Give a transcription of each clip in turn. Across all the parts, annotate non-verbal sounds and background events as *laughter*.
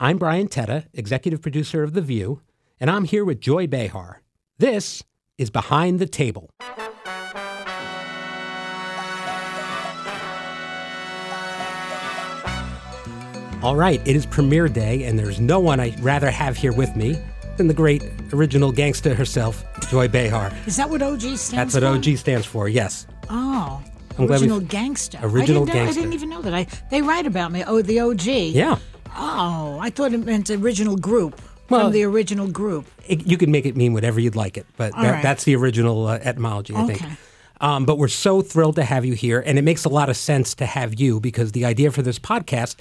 I'm Brian Tetta, executive producer of The View, and I'm here with Joy Behar. This is Behind the Table. All right, it is premiere day, and there's no one I'd rather have here with me than the great original gangsta herself, Joy Behar. Is that what OG stands for? That's what OG stands for, yes. Oh. I'm glad we- original gangster. Original I didn't, know- gangster. I didn't even know that. I they write about me. Oh, the OG. Yeah. Oh, I thought it meant original group. Well- from the original group. it, you can make it mean whatever you'd like it, but that, right. that's the original uh, etymology, I Okay. think. Um, but we're so thrilled to have you here, and it makes a lot of sense to have you because the idea for this podcast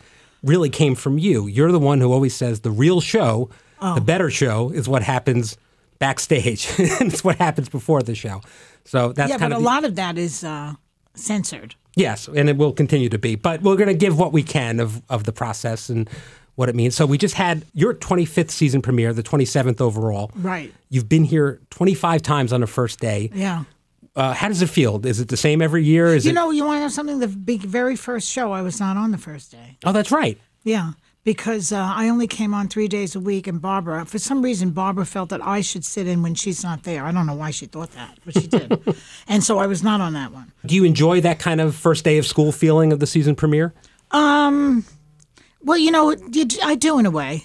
really came from you. You're the one who always says the real show, Oh. the better show, is what happens backstage. *laughs* it's what happens before the show. So that's yeah, kind but a of the- lot of that is uh, censored. Yes, and it will continue to be. But we're going to give what we can of, of the process and what it means. So we just had your 25th season premiere, the 27th overall. Right. You've been here 25 times on the first day. Yeah. Uh, how does it feel? Is it the same every year? Is You it? know, you want to know something? The big, very first show, I was not on the first day. oh, that's right. Yeah, because uh, I only came on three days a week, and Barbara, for some reason, Barbara felt that I should sit in when she's not there. I don't know why she thought that, but she did. *laughs* and so I was not on that one. Do you enjoy that kind of first day of school feeling of the season premiere? Well, you know, you, I do in a way.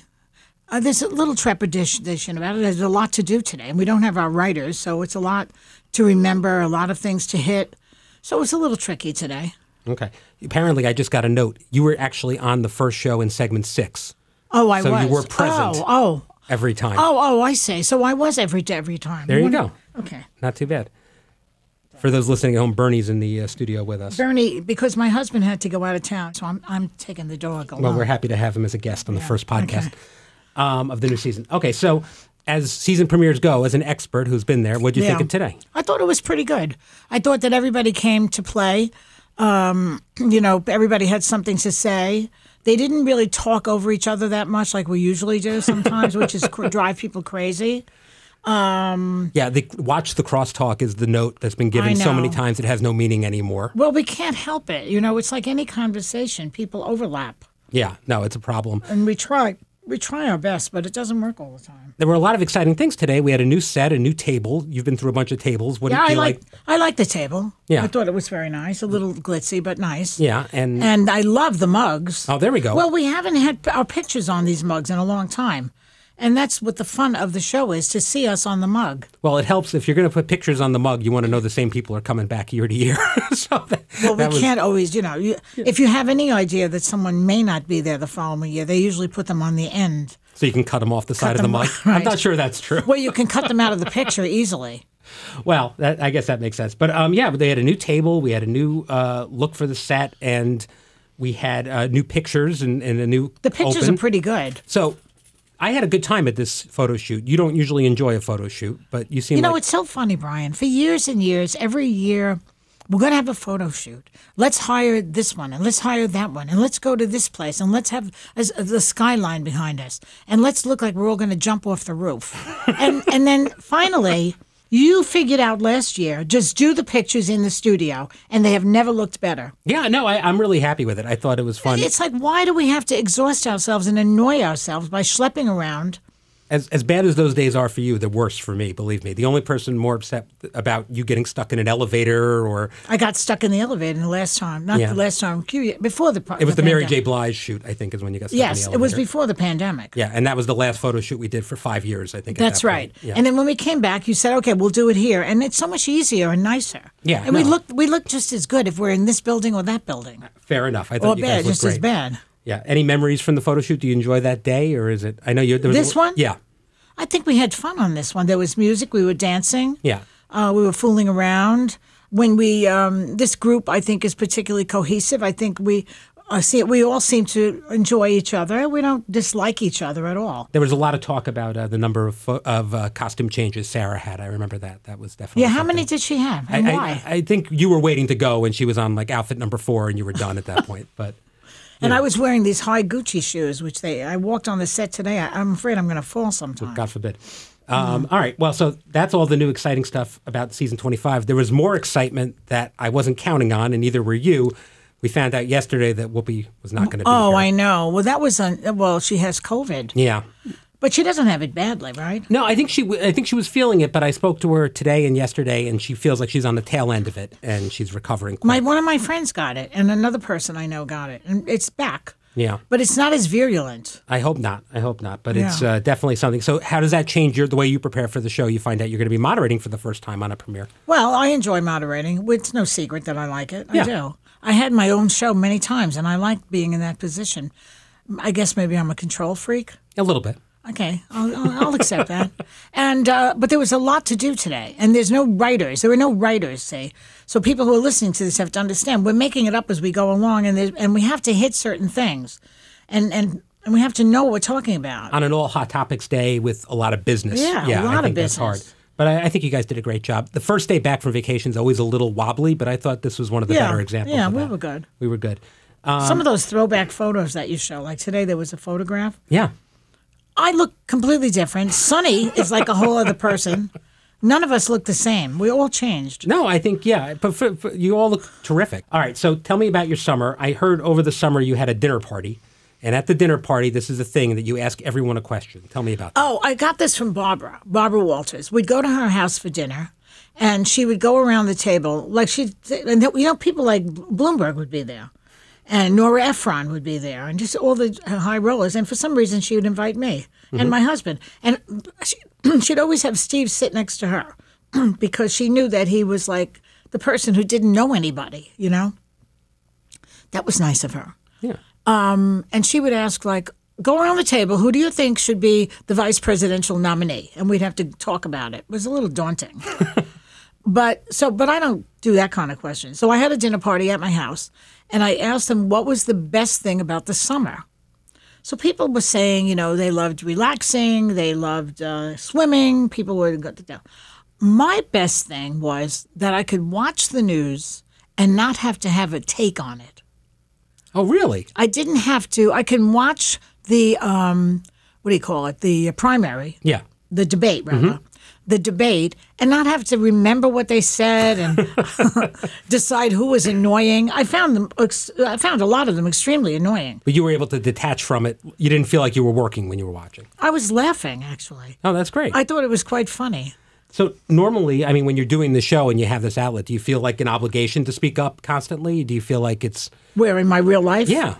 Uh, there's a little trepidation about it. There's a lot to do today, and we don't have our writers, so it's a lot to remember, a lot of things to hit. So it's a little tricky today. Okay. Apparently, I just got a note. You were actually on the first show in segment six Oh, I So was. you were present. Oh, oh, every time. oh, oh, I say. So I was every day, every time. There you What a- go. Okay. Not too bad. For those listening at home, Bernie's in the uh, studio with us. Bernie, because my husband had to go out of town, so I'm I'm taking the dog along. Well, we're happy to have him as a guest on the first podcast um, of the new season. Okay, so as season premieres go, as an expert who's been there, what do you think Yeah. of today? I thought it was pretty good. I thought that everybody came to play. Um, you know, everybody had something to say. They didn't really talk over each other that much, like we usually do sometimes, which is *laughs* cr- drive people crazy. Yeah, the watch the crosstalk is the note that's been I given so many know. times it has no meaning anymore. Well, we can't help it. You know, it's like any conversation; people overlap, Yeah, no, it's a problem. and we try we try our best, but it doesn't work all the time. There were a lot of exciting things today. We had a new set, a new table. You've been through a bunch of tables. What Yeah, do I you like? like I like the table. Yeah. I thought it was very nice, a little glitzy, but nice. Yeah, and, And I love the mugs. oh, there we go. Well, we haven't had p- our pictures on these mugs in a long time. And that's what the fun of the show is to see us on the *laughs* mug. Well, it helps if you're going to put pictures on the mug. You want to know the same people are coming back year to year. *laughs* so that, Well, we that was- can't always, you know, you, if you have any idea that someone may not be there the following year, they usually put them on the end so you can cut them off the side of the them mug. off, I'm right. not sure that's true. where you can cut them out of the picture easily. Well, that, I guess that makes sense. But um, yeah, but they had a new table, we had a new uh, look for the set, and we had uh, new pictures and, and a new The pictures open. are pretty good. So I had a good time at this photo shoot. You don't usually enjoy a photo shoot, but you seem You know, like it's so funny, Brian. For years and years, every year, we're going to have a photo shoot. Let's hire this one and let's hire that one and let's go to this place and let's have as- the skyline behind us and let's look like we're all going to jump off the roof. *laughs* and and then finally, you figured out last year just do the pictures in the studio and they have never looked better. yeah. No, I, I'm really happy with it. I thought it was fun. It's like why do we have to exhaust ourselves and annoy ourselves by schlepping around? As as bad as those days are for you, they're worse for me. Believe me. The only person more upset about you getting stuck in an elevator or I got stuck in the elevator the last time, not Yeah. the last time, before the it was the Mary J. Blige shoot. I think is when you got stuck in Yes, the it elevator. was before the pandemic. yeah, and that was the last photo shoot we did for five years. I think at That's that point. right. Yeah. And then when we came back, you said, "Okay, we'll do it here," and it's so much easier and nicer. Yeah, and we no. look we look just as good if we're in this building or that building, Fair enough. I thought or you bad, guys looked just as great. bad. Yeah. Any memories from the photo shoot? Do you enjoy that day, or is it? I know you. There was a This little- one? Yeah. I think we had fun on this one. There was music. We were dancing. Yeah. Uh, we were fooling around. When we um, this group, I think, is particularly cohesive. I think we. Uh, see, we all seem to enjoy each other. We don't dislike each other at all. There was a lot of talk about uh, the number of pho- of uh, costume changes Sarah had. I remember that. That was definitely. Yeah, how something. many did she have, and I, why? I, I think you were waiting to go, and she was on like outfit number four, and you were done at that point. *laughs* But And I was wearing these high Gucci shoes, which they I walked on the set today. I, I'm afraid I'm going to fall sometime. God forbid. Mm-hmm. Um, all right. Well, so that's all the new exciting stuff about season 25. There was more excitement that I wasn't counting on, and neither were you, We found out yesterday that Whoopi was not going to be Oh, here. I know. Well, that was on. Well, she has COVID, yeah. but she doesn't have it badly, right? No, I think she w- I think she was feeling it, but I spoke to her today and yesterday, and she feels like she's on the tail end of it, and she's recovering. Quick. My one of my friends got it, and another person I know got it, and it's back. Yeah. but it's not as virulent. I hope not. I hope not. But it's Yeah. uh, definitely something. So, how does that change your the way you prepare for the show? You find out you're going to be moderating for the first time on a premiere. Well, I enjoy moderating. It's no secret that I like it. Yeah. I do. I had my own show many times, and I like being in that position. I guess maybe I'm a control freak. A little bit. Okay, I'll, I'll, I'll accept that. And uh, but there was a lot to do today, and there's no writers. There were no writers. Say so. People who are listening to this have to understand we're making it up as we go along, and there's- and we have to hit certain things, and and and we have to know what we're talking about. on an all hot topics day with a lot of business. Yeah, a I lot of think That's business. hard. But I, I think you guys did a great job. The first day back from vacation is always a little wobbly, but I thought this was one of the Yeah, better examples. yeah, of we that. were good. We were good. Some of those throwback photos that you show, like today, there was a photograph. Yeah. I look completely different. Sunny is like a whole other person. None of us look the same. We all changed. No, I think yeah. But for, for- you all look terrific. All right, so tell me about your summer. I heard over the summer you had a dinner party, and at the dinner party, this is a thing that you ask everyone a question. Tell me about that. Oh, I got this from Barbara, Barbara Walters. We'd go to her house for dinner, and she would go around the table like she and you know people like Bloomberg would be there, and Nora Ephron would be there, and just all the high rollers. And for some reason, she would invite me and my husband, and she, *clears throat* she'd always have Steve sit next to her *clears throat* because she knew that he was like the person who didn't know anybody. You know, that was nice of her yeah. Um, and she would ask like go around the table who do you think should be the vice presidential nominee and we'd have to talk about it it was a little daunting but so but i don't do that kind of question so i had a dinner party at my house and i asked them what was the best thing about the summer so people were saying you know they loved relaxing they loved uh, swimming people were good to go my best thing was that i could watch the news and not have to have a take on it Oh, really? I didn't have to. I can watch the um, what do you call it? The primary, Yeah. the debate rather, the debate, and not have to remember what they said and *laughs* decide who was annoying. I found them. ex- I found a lot of them extremely annoying. But you were able to detach from it. You didn't feel like you were working when you were watching. I was laughing actually. Oh, that's great. I thought it was quite funny. So normally, I mean, when you're doing the show and you have this outlet, do you feel like an obligation to speak up constantly? Do you feel like it's Where in my real life, yeah,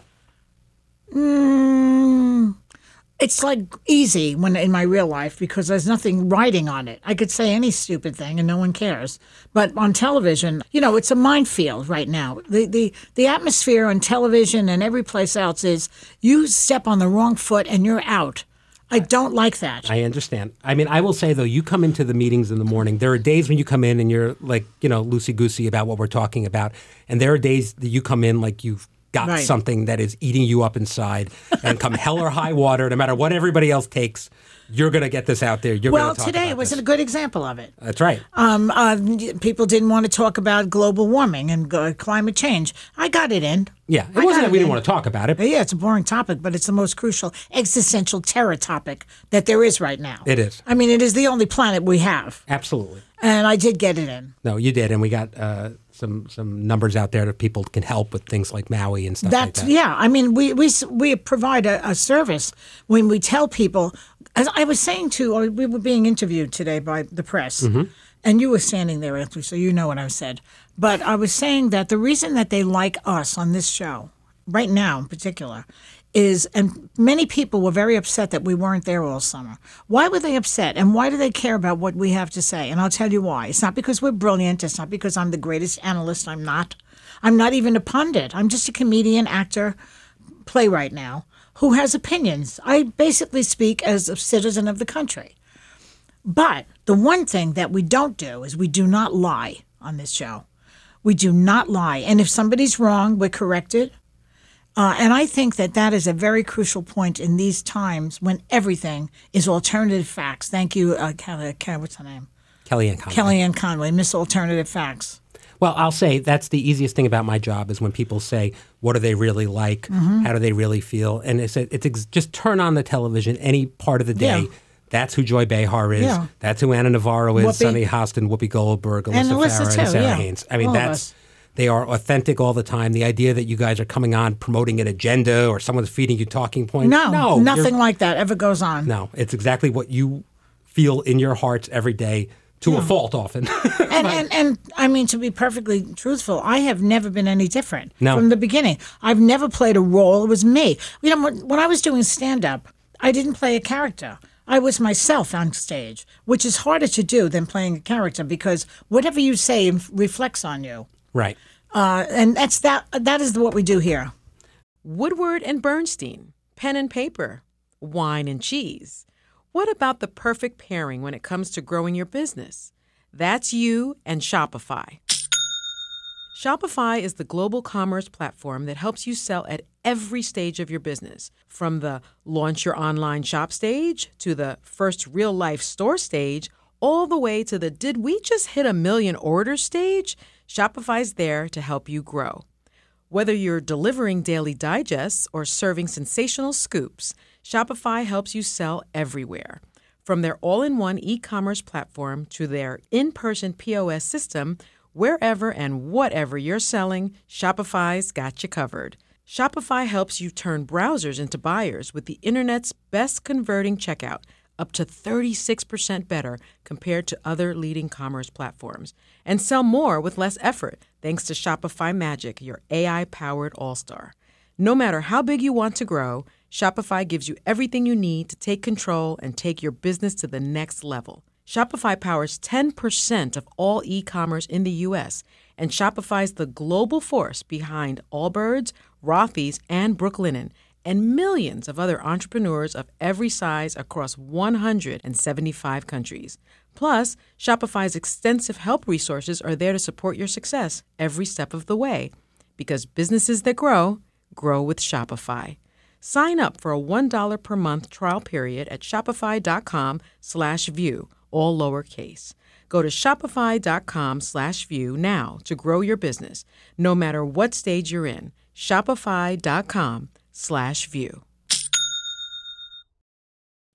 it's like easy when in my real life because there's nothing writing on it. I could say any stupid thing and no one cares. But on television, you know, it's a minefield right now. The the the atmosphere on television and every place else is you step on the wrong foot and you're out. I don't like that. I understand. I mean, I will say though, you come into the meetings in the morning. There are days when you come in and you're like, you know, loosey goosey about what we're talking about, and there are days that you come in like you've got Right. something that is eating you up inside, and *laughs* come hell or high water, no matter what everybody else takes, you're gonna get this out there. You're well, gonna talk today about was this. a good example of it. That's right. Um, uh, people didn't want to talk about global warming and uh, climate change. I got it in. Yeah, it I got wasn't that we in. didn't want to talk about it. But yeah, it's a boring topic, but it's the most crucial existential terror topic that there is right now. It is. I mean, it is the only planet we have. Absolutely. And I did get it in. No, you did, and we got uh, some some numbers out there that people can help with things like Maui and stuff That's, like that. yeah. I mean, we, we, s- we provide a, a service when we tell people. As I was saying to, or we were being interviewed today by the press, Mm-hmm. and you were standing there, Anthony, so you know what I said. But I was saying that the reason that they like us on this show, right now in particular, is, and many people were very upset that we weren't there all summer. Why were they upset? And why do they care about what we have to say? And I'll tell you why. It's not because we're brilliant. It's not because I'm the greatest analyst. I'm not. I'm not even a pundit. I'm just a comedian, actor, playwright now who has opinions. I basically speak as a citizen of the country. But the one thing that we don't do is we do not lie on this show. We do not lie. And if somebody's wrong, we're corrected. Uh, and I think that that is a very crucial point in these times when everything is alternative facts. Thank you, uh, Kelly, Kelly, what's her name? Kellyanne Conway. Kellyanne Conway, Miss Alternative Facts. Well, I'll say that's the easiest thing about my job is when people say, "What are they really like? Mm-hmm. How do they really feel?" And it's it's ex- just turn on the television any part of the day. Yeah. That's who Joy Behar is. Yeah. That's who Anna Navarro is. Whoopi. Sonny Hostin, Whoopi Goldberg, Alyssa Alyssa Farah, too, and Sarah yeah. Haynes. I mean, All of that's us. They are authentic all the time. The idea that you guys are coming on promoting an agenda or someone's feeding you talking points. No, no you're- nothing like that ever goes on. No, it's exactly what you feel in your hearts every day to a fault often. *laughs* and, and and I mean to be perfectly truthful, I have never been any different No. from the beginning. I've never played a role. It was me. You know, when, when I was doing stand up, I didn't play a character. I was myself on stage, which is harder to do than playing a character because whatever you say inf- reflects on you. right. Uh, and that's that. That is what we do here. Woodward and Bernstein, pen and paper, wine and cheese. What about the perfect pairing when it comes to growing your business? That's you and Shopify. Shopify is the global commerce platform that helps you sell at every stage of your business, from the launch your online shop stage to the first real life store stage, all the way to the did we just hit a million orders stage? Shopify's there to help you grow. Whether you're delivering daily digests or serving sensational scoops, Shopify helps you sell everywhere. From their all in one e commerce platform to their in person POS system, wherever and whatever you're selling, Shopify's got you covered. Shopify helps you turn browsers into buyers with the internet's best converting checkout, up to 36% better compared to other leading commerce platforms. And sell more with less effort thanks to Shopify Magic, your AI powered all star. No matter how big you want to grow, Shopify gives you everything you need to take control and take your business to the next level. Shopify powers 10% of all e commerce in the US, and Shopify's the global force behind Allbirds, Rothy's, and Brooklinen, and millions of other entrepreneurs of every size across 175 countries. Plus, Shopify's extensive help resources are there to support your success every step of the way. Because businesses that grow, grow with Shopify. Sign up for a $1 per month trial period at shopify.com slash view, all lowercase. Go to shopify.com slash view now to grow your business, no matter what stage you're in. Shopify.com slash view.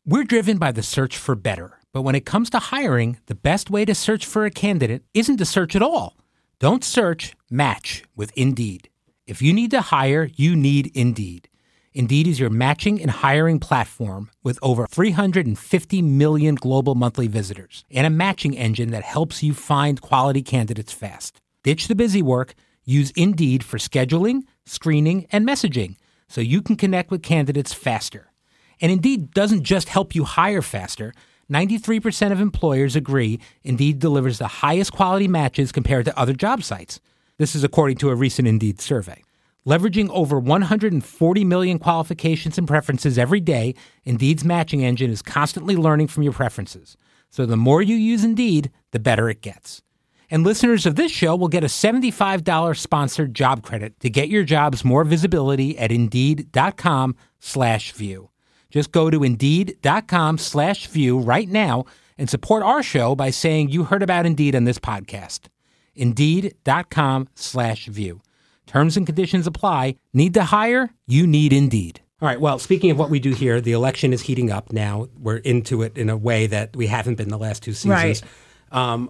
We're driven by the search for better. But when it comes to hiring, the best way to search for a candidate isn't to search at all. Don't search, match with Indeed. If you need to hire, you need Indeed. Indeed is your matching and hiring platform with over 350 million global monthly visitors and a matching engine that helps you find quality candidates fast. Ditch the busy work, use Indeed for scheduling, screening, and messaging so you can connect with candidates faster. And Indeed doesn't just help you hire faster. 93% of employers agree Indeed delivers the highest quality matches compared to other job sites. This is according to a recent Indeed survey. Leveraging over 140 million qualifications and preferences every day, Indeed's matching engine is constantly learning from your preferences. So the more you use Indeed, the better it gets. And listeners of this show will get a $75 sponsored job credit to get your jobs more visibility at Indeed.com slash view. Just go to Indeed.com slash view right now and support our show by saying you heard about Indeed on this podcast. Indeed.com slash view. Terms and conditions apply. Need to hire? You need Indeed. All right. Well, speaking of what we do here, the election is heating up now. We're into it in a way that we haven't been the last two seasons. Right. Um,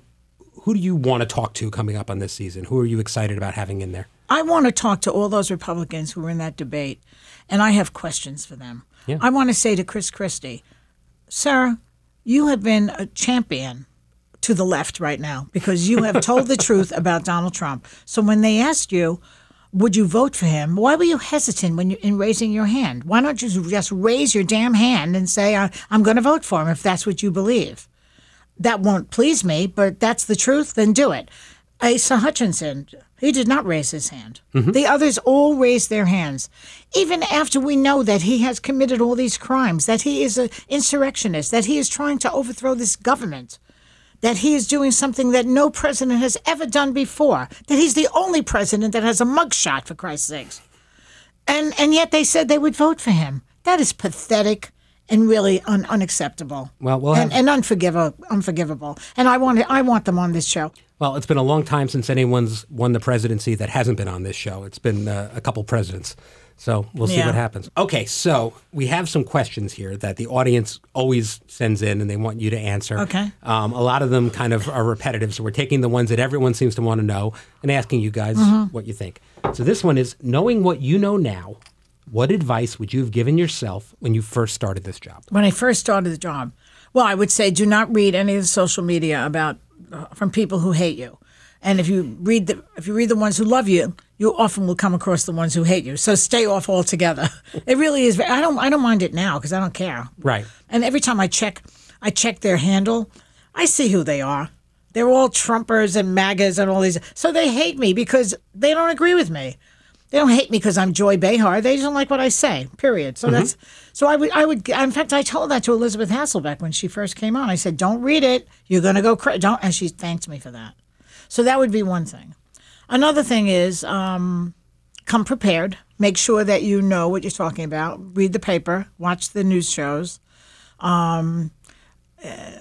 who do you want to talk to coming up on this season? Who are you excited about having in there? I want to talk to all those Republicans who were in that debate, and I have questions for them. Yeah. I want to say to Chris Christie, sir, you have been a champion to the left right now because you have told the truth about Donald Trump. So when they asked you, would you vote for him? Why were you hesitant when you, in raising your hand? Why don't you just raise your damn hand and say, I, I'm going to vote for him if that's what you believe? that won't please me, but that's the truth, then do it. Asa Hutchinson, he did not raise his hand. The others all raised their hands. Even after we know that he has committed all these crimes, that he is an insurrectionist, that he is trying to overthrow this government, that he is doing something that no president has ever done before, that he's the only president that has a mugshot, for Christ's sakes. And, and yet they said they would vote for him. That is pathetic and really un- unacceptable Well, we'll have- and, and unforgivable, unforgivable. And I want I want them on this show. Well, it's been a long time since anyone's won the presidency that hasn't been on this show. It's been uh, a couple presidents. So we'll see Yeah. what happens. Okay, so we have some questions here that the audience always sends in and they want you to answer. Okay. Um, a lot of them kind of are repetitive, so we're taking the ones that everyone seems to want to know and asking you guys Mm-hmm. what you think. So this one is knowing what you know now, what advice would you have given yourself when you first started this job? when I first started the job, well, I would say do not read any of the social media about uh, from people who hate you. And if you read the if you read the ones who love you, you often will come across the ones who hate you. So stay off altogether. *laughs* it really is. ve- I don't I don't mind it now because I don't care. Right. And every time I check, I check their handle. I see who they are. They're all Trumpers and MAGAs and all these. So they hate me because they don't agree with me. They don't hate me because I'm Joy Behar. They just don't like what I say. Period. So that's so I would I would in fact I told that to Elizabeth Hasselbeck when she first came on. I said, "Don't read it. You're going to go cra Don't. And she thanked me for that. So that would be one thing. Another thing is um, come prepared. Make sure that you know what you're talking about. Read the paper. Watch the news shows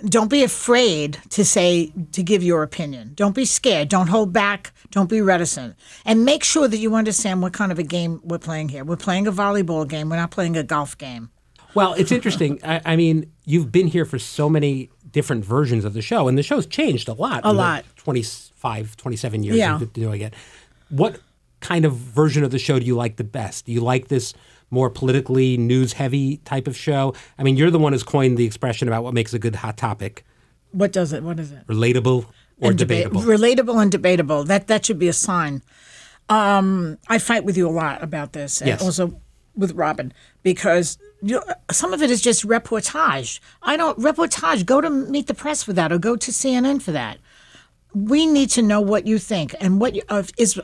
don't be afraid to say to give your opinion don't be scared don't hold back don't be reticent and make sure that you understand what kind of a game we're playing here we're playing a volleyball game we're not playing a golf game Well, it's interesting. I, I mean, you've been here for so many different versions of the show, and the show's changed a lot. A lot. 25, 27 years Yeah. you've been doing it. What kind of version of the show do you like the best? Do you like this more politically news heavy type of show? I mean, you're the one who's coined the expression about what makes a good hot topic what does it what is it relatable or deba- debatable. relatable and debatable that that should be a sign um, i fight with you a lot about this and Yes. also with robin because you, some of it is just reportage i don't reportage go to meet the press for that or go to cnn for that we need to know what you think and what you, of is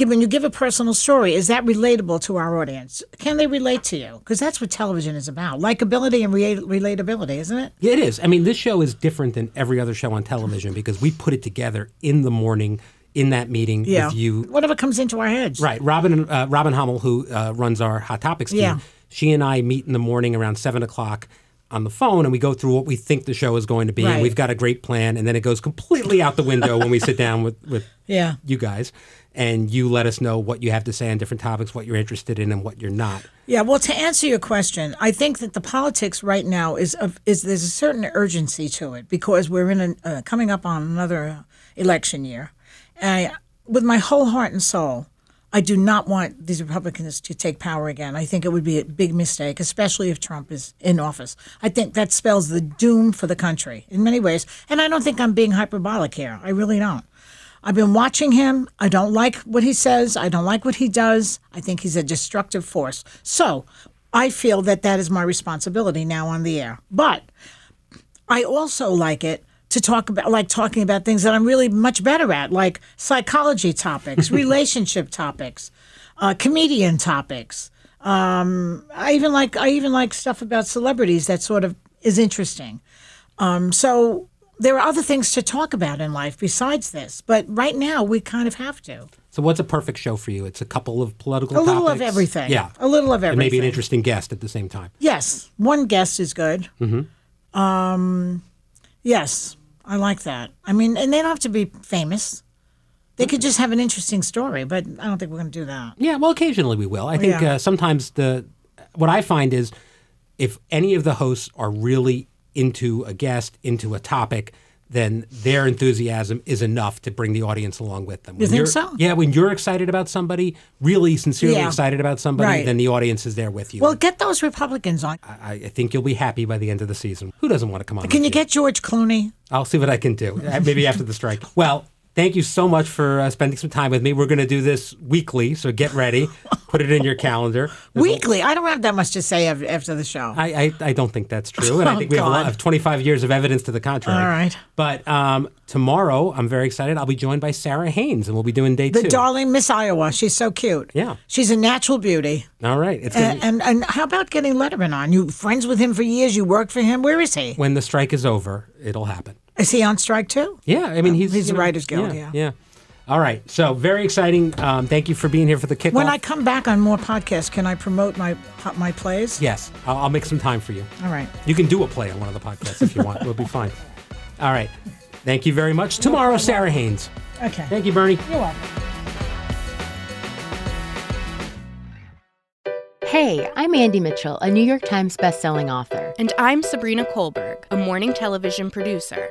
when you give a personal story is that relatable to our audience can they relate to you because that's what television is about likability and rea- relatability isn't it Yeah, it is. I mean, this show is different than every other show on television because we put it together in the morning in that meeting with you whatever comes into our heads Right, Robin uh, Robin Hummel, who uh, runs our Hot Topics team, Yeah. she and I meet in the morning around seven o'clock on the phone, and we go through what we think the show is going to be, and Right. we've got a great plan, and then it goes completely out the window when we sit down with with *laughs* Yeah. you guys, and you let us know what you have to say on different topics, what you're interested in, and what you're not. Yeah, well, to answer your question, I think that the politics right now is of, is there's a certain urgency to it because we're in a, uh, coming up on another election year. I, with my whole heart and soul, I do not want these Republicans to take power again. I think it would be a big mistake, especially if Trump is in office. I think that spells the doom for the country in many ways, and I don't think I'm being hyperbolic here. I really don't. I've been watching him. I don't like what he says. I don't like what he does. I think he's a destructive force. So I feel that that is my responsibility now on the air. But I also like it to talk about, like talking about things that I'm really much better at, like psychology topics, relationship topics, uh, comedian topics. Um, I even like I even like stuff about celebrities that sort of is interesting. Um, so there are other things to talk about in life besides this, but right now we kind of have to. So, what's a perfect show for you? It's a couple of political, A little of topics. everything. yeah, A little of everything. and maybe an interesting guest at the same time. Yes, one guest is good. Mm-hmm. Um, yes, I like that. I mean, and they don't have to be famous. They could just have an interesting story, but I don't think we're going to do that. Yeah, well, occasionally we will. I think Oh, Yeah. uh, sometimes the what I find is if any of the hosts are really into a guest, into a topic, then their enthusiasm is enough to bring the audience along with them. You think so? Yeah, when you're excited about somebody, really sincerely Yeah. excited about somebody, Right. then the audience is there with you. Well, get those Republicans on. I, I think you'll be happy by the end of the season. Who doesn't want to come on? Can with you get George Clooney? I'll see what I can do. Uh, Maybe after the *laughs* strike. Well, thank you so much for uh, spending some time with me. We're going to do this weekly, so get ready. Put it in your calendar. Weekly. I don't have that much to say af- after the show. I, I, I don't think that's true. And I *laughs* Oh, think we have a lot God. of 25 years of evidence to the contrary. All right. But um, tomorrow, I'm very excited. I'll be joined by Sarah Haynes, and we'll be doing day the two. darling Miss Iowa. She's so cute. Yeah. She's a natural beauty. All right. It's gonna And, be, and and how about getting Letterman on? You friends with him for years. You work for him. Where is he? when the strike is over, it'll happen. Is he on strike too? Yeah. I mean, he's, Oh, He's you the Writers Guild, Yeah. yeah. All right. So, very exciting. Um, thank you for being here for the kickoff. When I come back on more podcasts, can I promote my my plays? yes, I'll, I'll make some time for you. All right. You can do a play on one of the podcasts if you want. We'll be fine. All right. Thank you very much. Tomorrow, Sarah Haynes. Okay. Thank you, Bernie. You're welcome. Hey, I'm Andy Mitchell, a New York Times bestselling author. And I'm Sabrina Kohlberg, a morning television producer.